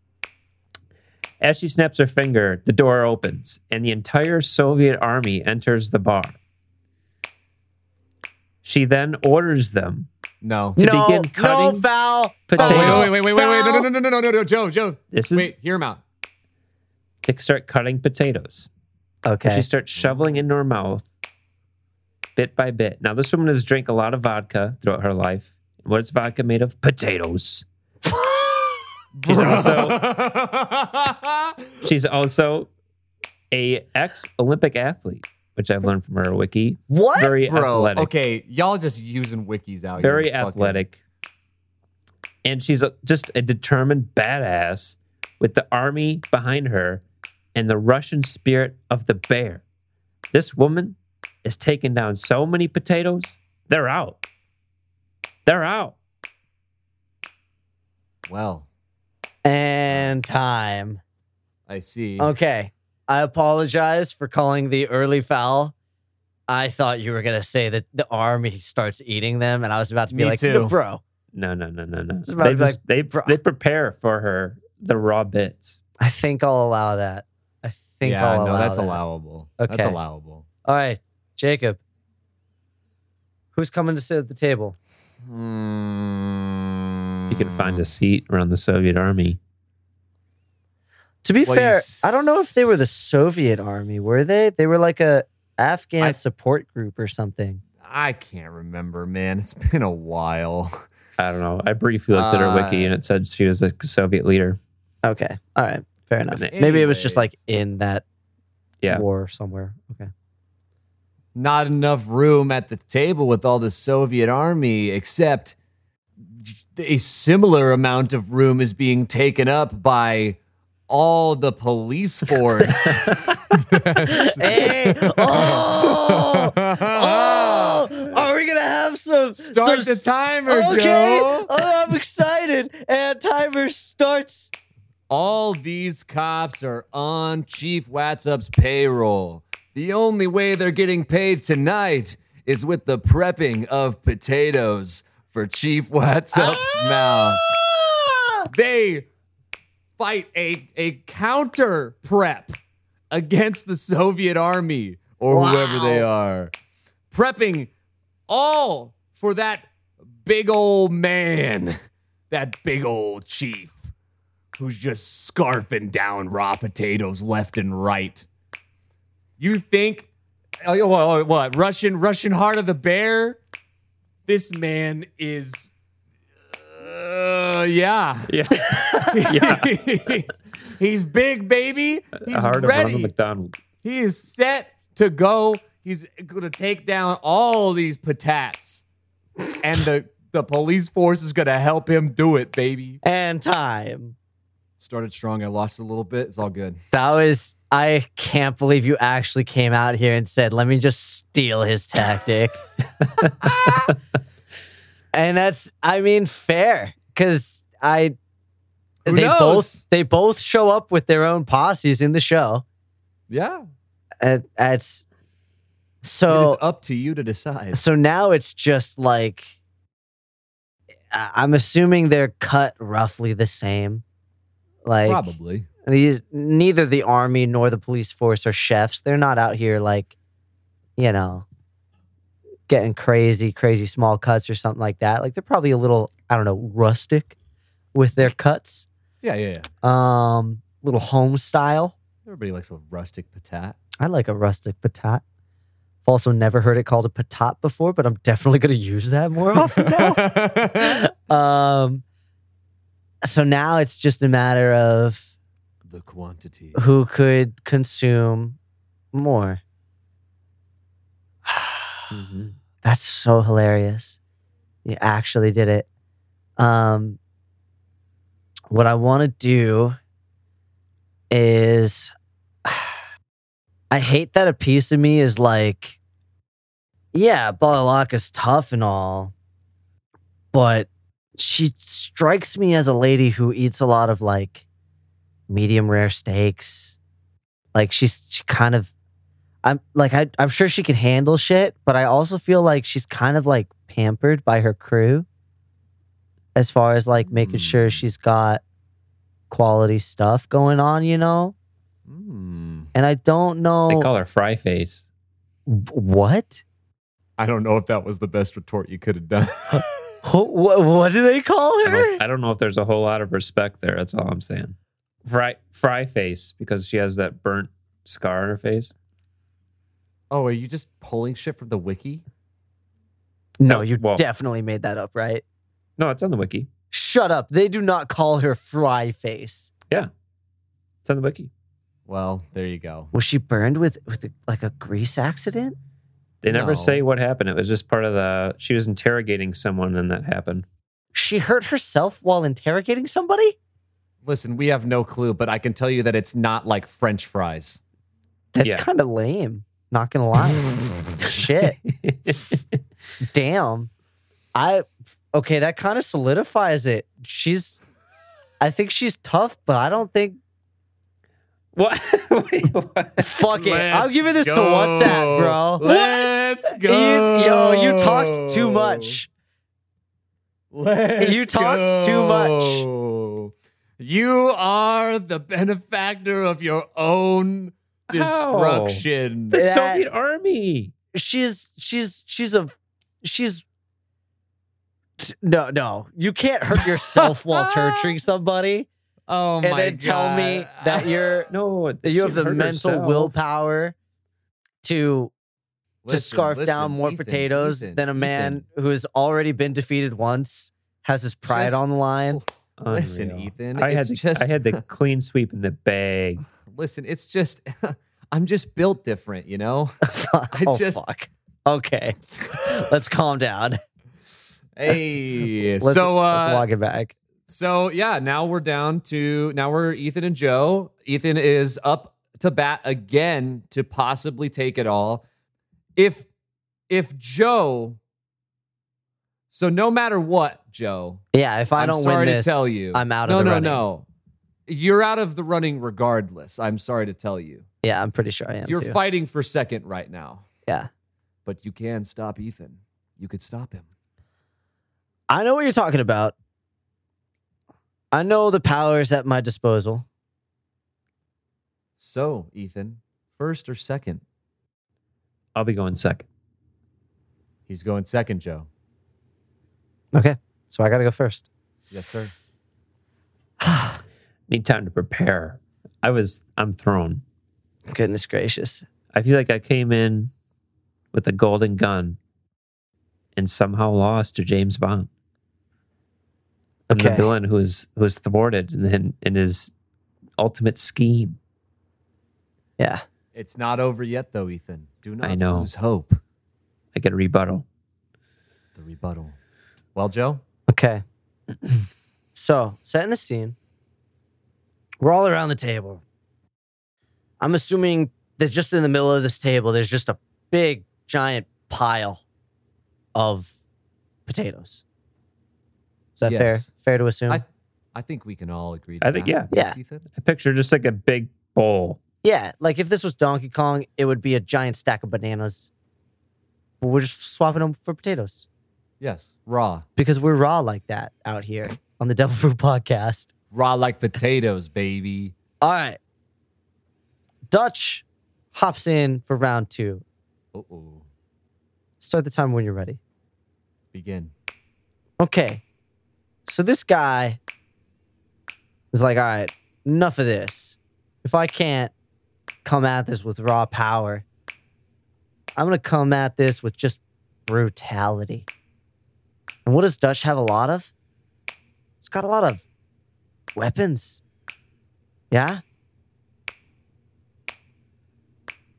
As she snaps her finger, the door opens and the entire Soviet army enters the bar. She then orders them. No. To no, begin no cutting foul. potatoes. foul, Wait, wait, wait, wait, wait, wait. No, foul. no, no, no, no, no, no, Joe, Joe. This is Wait, hear him out. to start cutting potatoes. And Okay. She starts shoveling into her mouth bit by bit. Now, this woman has drank a lot of vodka throughout her life. What's vodka made of? Potatoes. She's also, she's also a ex Olympic athlete, which I've learned from her wiki. what? Very Bro, athletic. okay, y'all just using wikis out here. very Fucking- athletic, and she's a, just a determined badass with the army behind her and the Russian spirit of the bear. This woman is taking down so many potatoes; they're out. They're out. Well, and time. I see. Okay. I apologize for calling the early foul. I thought you were gonna say that the army starts eating them, and I was about to be Me like, too. "No, bro, No, no, no, no, no. was about They to be just they "Bro." they prepare for her the raw bits. I think I'll allow that. I think yeah, I'll no, allow that's that. allowable. That's Okay. allowable. All right, Jacob. Who's coming to sit at the table? Hmm. You can find Mm. a seat around the Soviet army. To be Well, you fair, s- I don't know if they were the Soviet army, were they? They were like a Afghan I- support group or something. I can't remember, man. It's been a while. I don't know. I briefly looked at her wiki Uh, and it said she was a Soviet leader. Okay. All right. Fair enough. But Maybe it was just like anyways. in that Yeah. war somewhere. Okay. Not enough room at the table with all the Soviet army, except a similar amount of room is being taken up by all the police force. Hey, oh, oh, are we gonna have some Start some- the timer, Okay. Joe. Oh, I'm excited. And timer starts. All these cops are on Chief Watsup's payroll. The only way they're getting paid tonight is with the prepping of potatoes for Chief Watsup's mouth. Ah! They fight a, a counter prep against the Soviet army or whoever they are, prepping all for that big old man, that big old chief who's just scarfing down raw potatoes left and right. You think, oh, oh, oh, what, Russian, Russian heart of the bear? This man is, uh, yeah. Yeah. yeah. he's, he's big, baby. He's Hard of Ronald ready. McDonald. He is set to go. He's gonna take down all these patats, and the the police force is gonna help him do it, baby. And time. Started strong. I lost a little bit. It's all good. That was. I can't believe you actually came out here and said, "Let me just steal his tactic." and that's. I mean, fair because I. Who they knows? both they both show up with their own posses in the show. Yeah, And Uh, that's it is so. up to you to decide. So now it's just like I- I'm assuming they're cut roughly the same. Like Probably. these neither the army nor the police force are chefs. They're not out here like, you know, getting crazy, crazy small cuts or something like that. Like they're probably a little, I don't know, rustic with their cuts. Yeah, yeah, yeah. Um, little home style. Everybody likes a rustic patat. I like a rustic patat. I've also never heard it called a patat before, but I'm definitely going to use that more often now. um, so now it's just a matter of the quantity. who could consume more. Mm-hmm. Mhm. That's so hilarious. You actually did it. Um, what I want to do is I hate that a piece of me is like, yeah, Balalaika's tough and all, but she strikes me as a lady who eats a lot of like medium rare steaks. Like she's she kind of I'm like I, I'm sure she can handle shit, but I also feel like she's kind of like pampered by her crew, as far as like making sure Mm. she's got quality stuff going on, you know. Mm. And I don't know They call her Fry Face. wh- what I don't know if that was the best retort you could have done. Who- wha- what do they call I her? don't, I don't know if there's a whole lot of respect there. That's all I'm saying. Fry Fry Face because she has that burnt scar on her face. oh, are you just pulling shit from the wiki? No, you Well- definitely made that up, right? No, it's on the wiki. Shut up. They do not call her Fry Face. It's on the wiki. Well, there you go. Was she burned with with like a grease accident? They never No. say what happened. It was just part of the. She was interrogating someone, and that happened. She hurt herself while interrogating somebody? Listen, we have no clue, but I can tell you that it's not like French fries. That's Yeah. kind of lame. Not gonna lie. Shit. Damn. I okay, that kind of solidifies it. She's I think she's tough, but I don't think what? Wait, what? fuck it. I'll Let's give it this to go. WhatsApp, bro. Let's You- go. yo, you talked too much. Let's You talked too much. go. You are the benefactor of your own How? destruction. The That- Soviet army. She's she's she's a she's no no. You can't hurt yourself while torturing somebody Oh and my then tell me God. that you're No, that she you have the hurt mental herself. willpower to to Listen, scarf down listen, more Ethan, potatoes Ethan, than a man who has already been defeated once has his pride Just- on the line. Ethan. Listen, Unreal. Ethan. I had it's the, just I had the clean sweep in the bag. listen. It's just I'm just built different, you know. I oh, just- fuck. Okay, let's calm down. Hey, Let's, so uh, let's log it back. So yeah, now we're down to now we're Ethan and Joe. Ethan is up to bat again to possibly take it all. If if Joe so no matter what, Joe, Yeah, if I am don't sorry win this, to tell you. I'm out no, of the no, running. no. You're out of the running regardless. I'm sorry to tell you. Yeah, I'm pretty sure I am You're too. fighting for second right now. Yeah. But you can stop Ethan. You could stop him. I know what you're talking about. I know the powers at my disposal. So, Ethan, first or second? I'll be going second. He's going second, Joe. Okay, so I got to go first. Yes, sir. Need time to prepare. I was. I'm thrown. Goodness gracious. I feel like I came in with a golden gun and somehow lost to James Bond. I'm the Okay. villain who is who is thwarted and then in his ultimate scheme. Yeah. It's not over yet, though, Ethan. Do not I know. lose hope. I get a rebuttal. The rebuttal. Well, Joe, Okay. so, setting the scene, we're all around the table. I'm assuming that just in the middle of this table, there's just a big, giant pile of potatoes. Is that Yes. fair? Fair to assume? I, I think we can all agree. To I think- that. yeah. Yes, Ethan. I picture just like a big bowl. yeah. Like if this was Donkey Kong, it would be a giant stack of bananas. But we're just swapping them for potatoes Yes, raw, because we're raw like that out here on the Devil Fruit podcast. raw like potatoes, baby. All right. Dutch hops in for round two. Uh oh. Start the time when you're ready. Begin. Okay. So this guy is like, all right, enough of this. If I can't come at this with raw power, I'm going to come at this with just brutality. And what does Dutch have a lot of? It's got a lot of weapons. Yeah?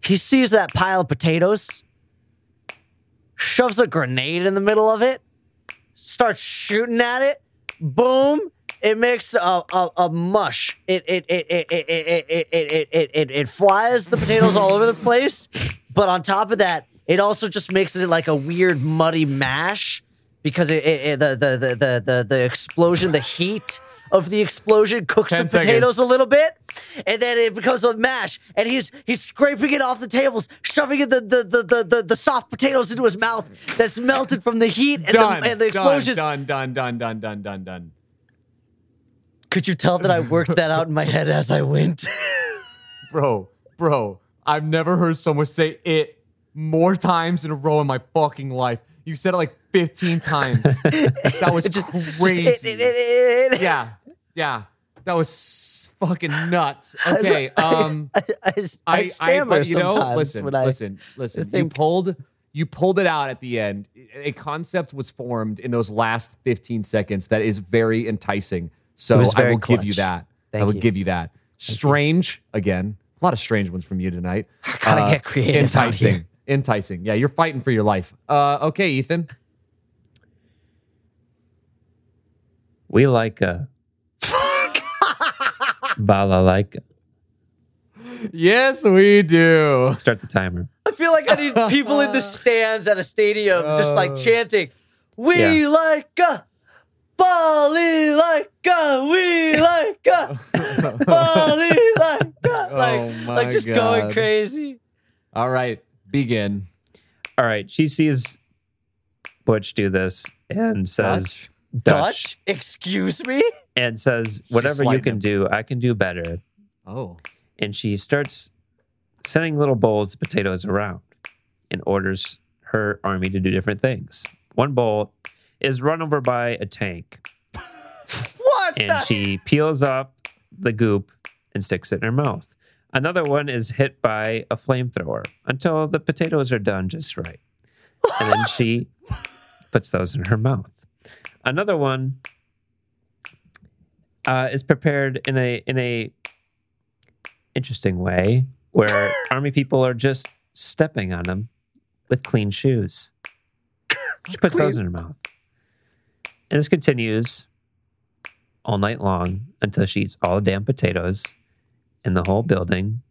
He sees that pile of potatoes, shoves a grenade in the middle of it, starts shooting at it. Boom! It makes a, a, a mush. It it it it it it it it it it, it, it flies the potatoes all over the place. But on top of that, it also just makes it like a weird muddy mash because it, it, it the, the, the the the the explosion, the heat of the explosion cooks the Ten potatoes seconds. a little bit, and then it becomes a mash. And he's he's scraping it off the tables, shoving it, the, the the the the the soft potatoes into his mouth that's melted from the heat and, done, the, and the done, explosions. done, done, done, done, done, done, done. Could you tell that I worked that out in my head as I went? Bro, bro, I've never heard someone say it more times in a row in my fucking life. You said it like 15 times. that was crazy. It- it- it- it- yeah, yeah. That was s- fucking nuts. Okay, um, I, I, I, I, stammer but, you know, sometimes listen, when I listen, listen. You think- pulled, you pulled it out at the end. A concept was formed in those last 15 seconds that is very enticing. So It was I very will give you clutch. that. Thank I will you. give you that. Strange again. A lot of strange ones from you tonight. I gotta get creative out uh, Enticing. here. Enticing. Yeah, you're fighting for your life. Uh, okay, Ethan. We like a balalaika. Yes, we do. Start the timer. I feel like I need people in the stands at a stadium just like Oh. chanting, "We Yeah. like a Bali like a we like a Bali like a like Oh my like just going God. crazy." All right, begin. All right. She sees Butch do this and says, Dutch? Dutch, excuse me. and says, whatever you sliding can him. do, I can do better. Oh, And she starts sending little bowls of potatoes around and orders her army to do different things. One bowl is run over by a tank What? and the- she peels up the goop and sticks it in her mouth. Another one is hit by a flamethrower until the potatoes are done just right. And then she puts those in her mouth. Another one uh, is prepared in a in a interesting way where army people are just stepping on them with clean shoes. She puts those in her mouth. And this continues all night long until she eats all the damn potatoes in the whole building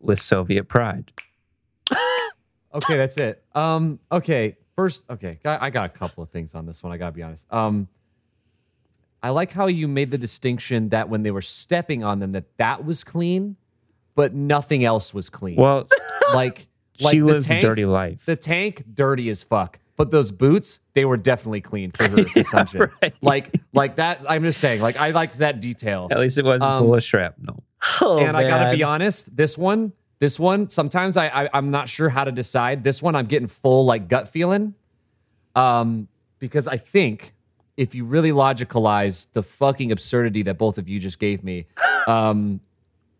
with Soviet pride. Okay, that's it. Um, okay, first, okay, I, I got a couple of things on this one. I gotta be honest. Um, I like how you made the distinction that when they were stepping on them, that that was clean, but nothing else was clean. Well, like, like she the lives tank, a dirty life. The tank, dirty as fuck. But those boots, they were definitely clean for her consumption. right. Like, like that. I'm just saying. Like, I liked that detail. At least it wasn't Um, full of shrapnel. Oh, and I gotta man. be honest, this one, this one, sometimes I, I I'm not sure how to decide. This one, I'm getting full like gut feeling, um, because I think if you really logicalize the fucking absurdity that both of you just gave me, um,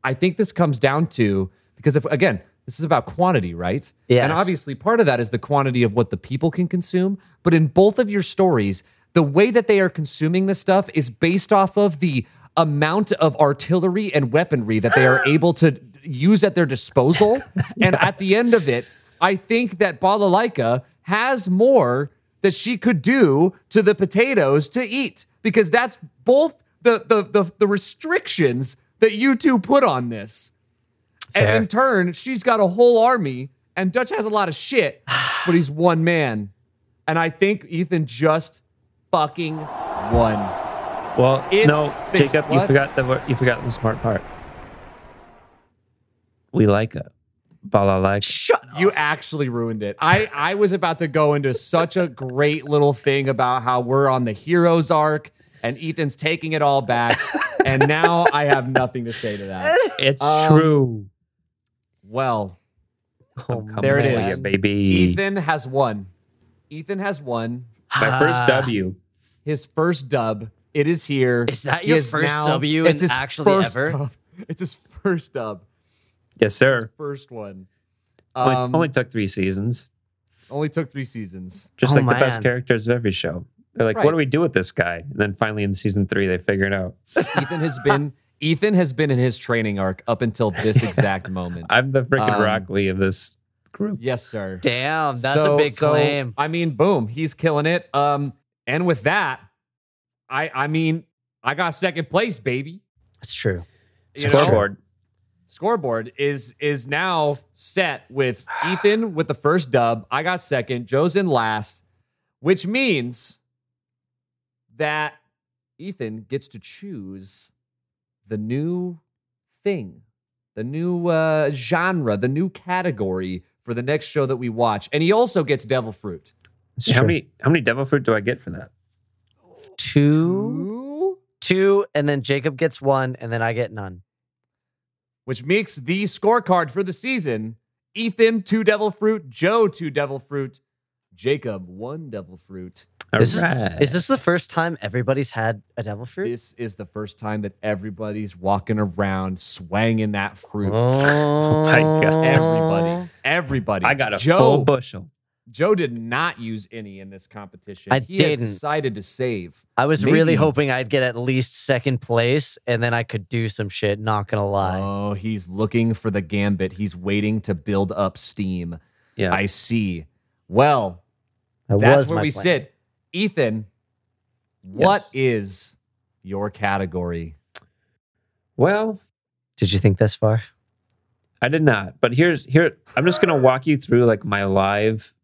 I think this comes down to because if again. This is about quantity, right? Yes. And obviously, part of that is the quantity of what the people can consume. But in both of your stories, the way that they are consuming this stuff is based off of the amount of artillery and weaponry that they are able to use at their disposal. And at the end of it, I think that Balalaika has more that she could do to the potatoes to eat because that's both the the the, the restrictions that you two put on this. Fair. And in turn, she's got a whole army, and Dutch has a lot of shit, but he's one man. And I think Ethan just fucking won. Well, It's no, thick. Jacob, you What? forgot the wor- you forgot the smart part. We like a balalaika. Shut You actually ruined it. I, I was about to go into such a great little thing about how we're on the hero's arc and Ethan's taking it all back. And now I have nothing to say to that. It's Um, true. Well, Oh, Come there it over is. here, baby. E. Ethan has won. Ethan has won My first Ah. W. his first dub. It is here. Is that He your is first W it's in his actually first ever? dub. It's his first dub. Yes, His sir. first one. Only, Um, only only, took three seasons, took three seasons. just Oh, like the best man. characters of every show. They're like, Right. what do we do with this guy? And then finally in season three, they figure it out. Ethan has been Ethan has been in his training arc up until this exact moment. I'm the freaking Um, Rock Lee of this group. Yes, sir. Damn, that's So- a big so, claim. I mean, boom, he's killing it. Um, and with that, I I mean, I got second place, baby. It's true. You know? Scoreboard. scoreboard is is now set with Ethan with the first dub. I got second. Joe's in last, which means that Ethan gets to choose the new thing, the new uh, genre, the new category for the next show that we watch, and he also gets Devil Fruit. It's How true. many how many devil fruit do I get for that? Two, Ooh. two, and then Jacob gets one, and then I get none. Which makes the scorecard for the season Ethan, two devil fruit, Joe, two devil fruit, Jacob, one devil fruit. All right. This Is this the first time everybody's had a devil fruit? This is the first time that everybody's walking around swanging that fruit. Oh my God. Everybody. Everybody. I got a Joe, full bushel. Joe did not use any in this competition. I he didn't. has decided to save. I was Maybe. really hoping I'd get at least second place, and then I could do some shit. Not gonna lie. Oh, he's looking for the gambit. He's waiting to build up steam. Yeah. I see. Well, That That's was where my we plan. sit. Ethan, what Yes. is your category? well, Did you think this far? I did not. But here's here I'm just gonna walk you through like my live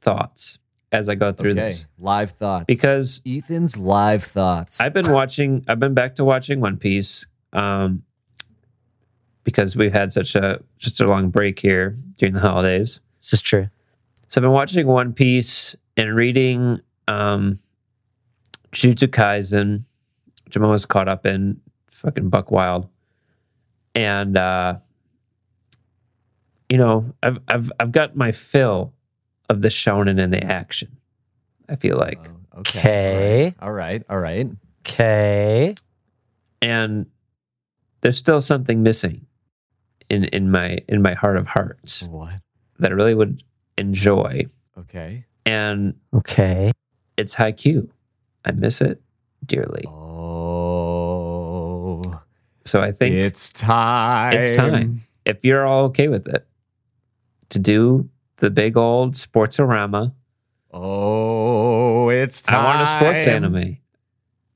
thoughts as I go through this. Live thoughts. Because Ethan's live thoughts. Oh, I've been watching I've been back to watching One Piece. Um because we've had such a such a long break here during the holidays. This is true. So I've been watching One Piece and reading um Jujutsu Kaisen, which I'm always caught up in, fucking Buck Wild. And uh you know, I've I've I've got my fill of the shonen and the action. I feel like. Oh, Okay. All right. All right. all right. Okay. And there's still something missing in in my in my heart of hearts What? that I really would enjoy. Okay. And Okay. it's Haikyuu. I miss it dearly. Oh. So I think it's time. it's time. If you're all okay with it, to do the big old sportsorama. Oh, it's time. I want a sports anime,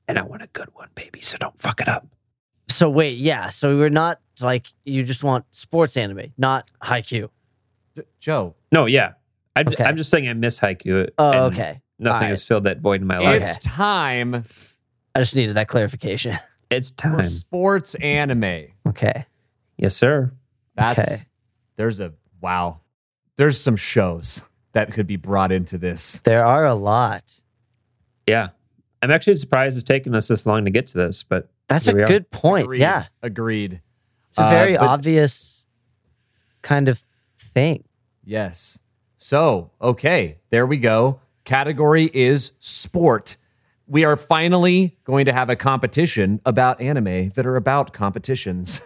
and I want a good one, baby. So don't fuck it up. So wait, yeah. So we're not like you just want sports anime, not haiku. J- Joe, No, yeah. I, Okay. am just saying I miss haiku. and Oh, okay. Nothing Alright. has filled that void in my life. it's time I just needed that clarification. It's for time. sports anime. Okay. Yes, sir. That's Okay. there's a wow. There's some shows that could be brought into this. There are a lot. Yeah. I'm actually surprised it's taken us this long to get to this, but That's Here we a are. good point. Agreed. Yeah. Agreed. It's a Uh, very but- obvious kind of thing. Yes. So, okay, there we go. Category is sport. We are finally going to have a competition about anime that are about competitions.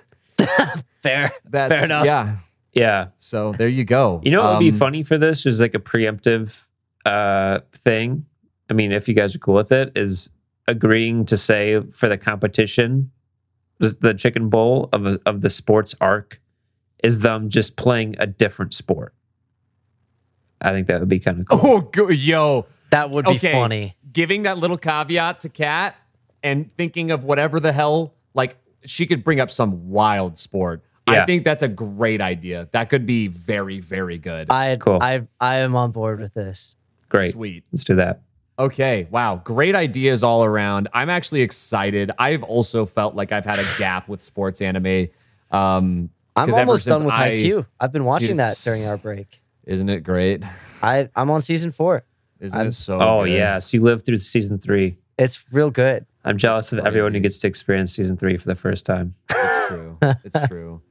Fair. That's Fair enough. yeah. yeah. So there you go. You know what would be Um, funny for this is like a preemptive uh, thing. I mean, if you guys are cool with it, is agreeing to say for the competition, the the chicken bowl of a, of the sports arc, is them just playing a different sport. I think that would be kind of cool. Oh, go- yo, That would be Okay. funny. giving that little caveat to Kat and thinking of whatever the hell, like she could bring up some wild sport. I Yeah. think that's a great idea. That could be very, very good. I Cool. I I am on board with this. Uh, Great, Oh, Sweet. let's do that. Okay. Wow. Great ideas all around. I'm actually excited. I've also felt like I've had a gap with sports anime. Um, I'm 'Cause ever almost done since with I- IQ. I've been watching Dude, that it's- during our break. isn't it great? I I'm on season four. Isn't I'm- it so? Oh good? yes, you lived through season three. It's real good. I'm jealous of everyone who crazy. gets to experience season three for the first time. It's true. It's true.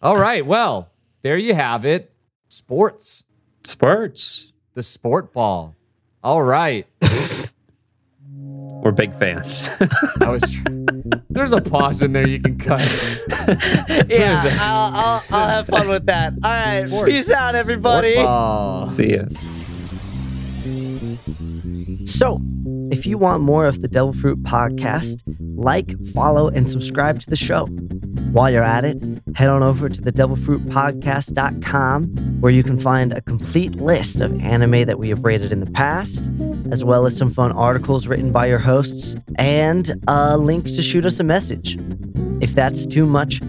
All right. Well, there you have it. Sports. Sports. The sport ball. All right. We're big fans. I was. Tr- There's a pause in there you can cut. yeah, What is that? I'll, I'll, I'll have fun with that. All right, Sport. peace out, everybody. Football. See ya. So, if you want more of the Devil Fruit podcast, like, follow, and subscribe to the show. While you're at it, head on over to thedevil.fruitpodcast.com where you can find a complete list of anime that we have rated in the past, as well as some fun articles written by your hosts, and a link to shoot us a message. If that's too much,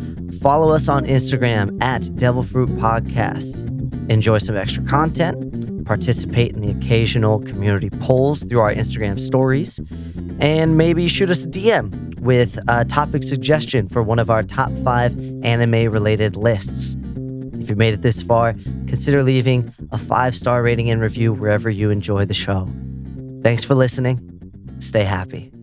follow us on Instagram at Devil Fruit Podcast. Enjoy some extra content, participate in the occasional community polls through our Instagram stories, and maybe shoot us a DM with a topic suggestion for one of our top five anime related lists. If you made it this far, consider leaving a five star rating and review wherever you enjoy the show. Thanks for listening. Stay happy.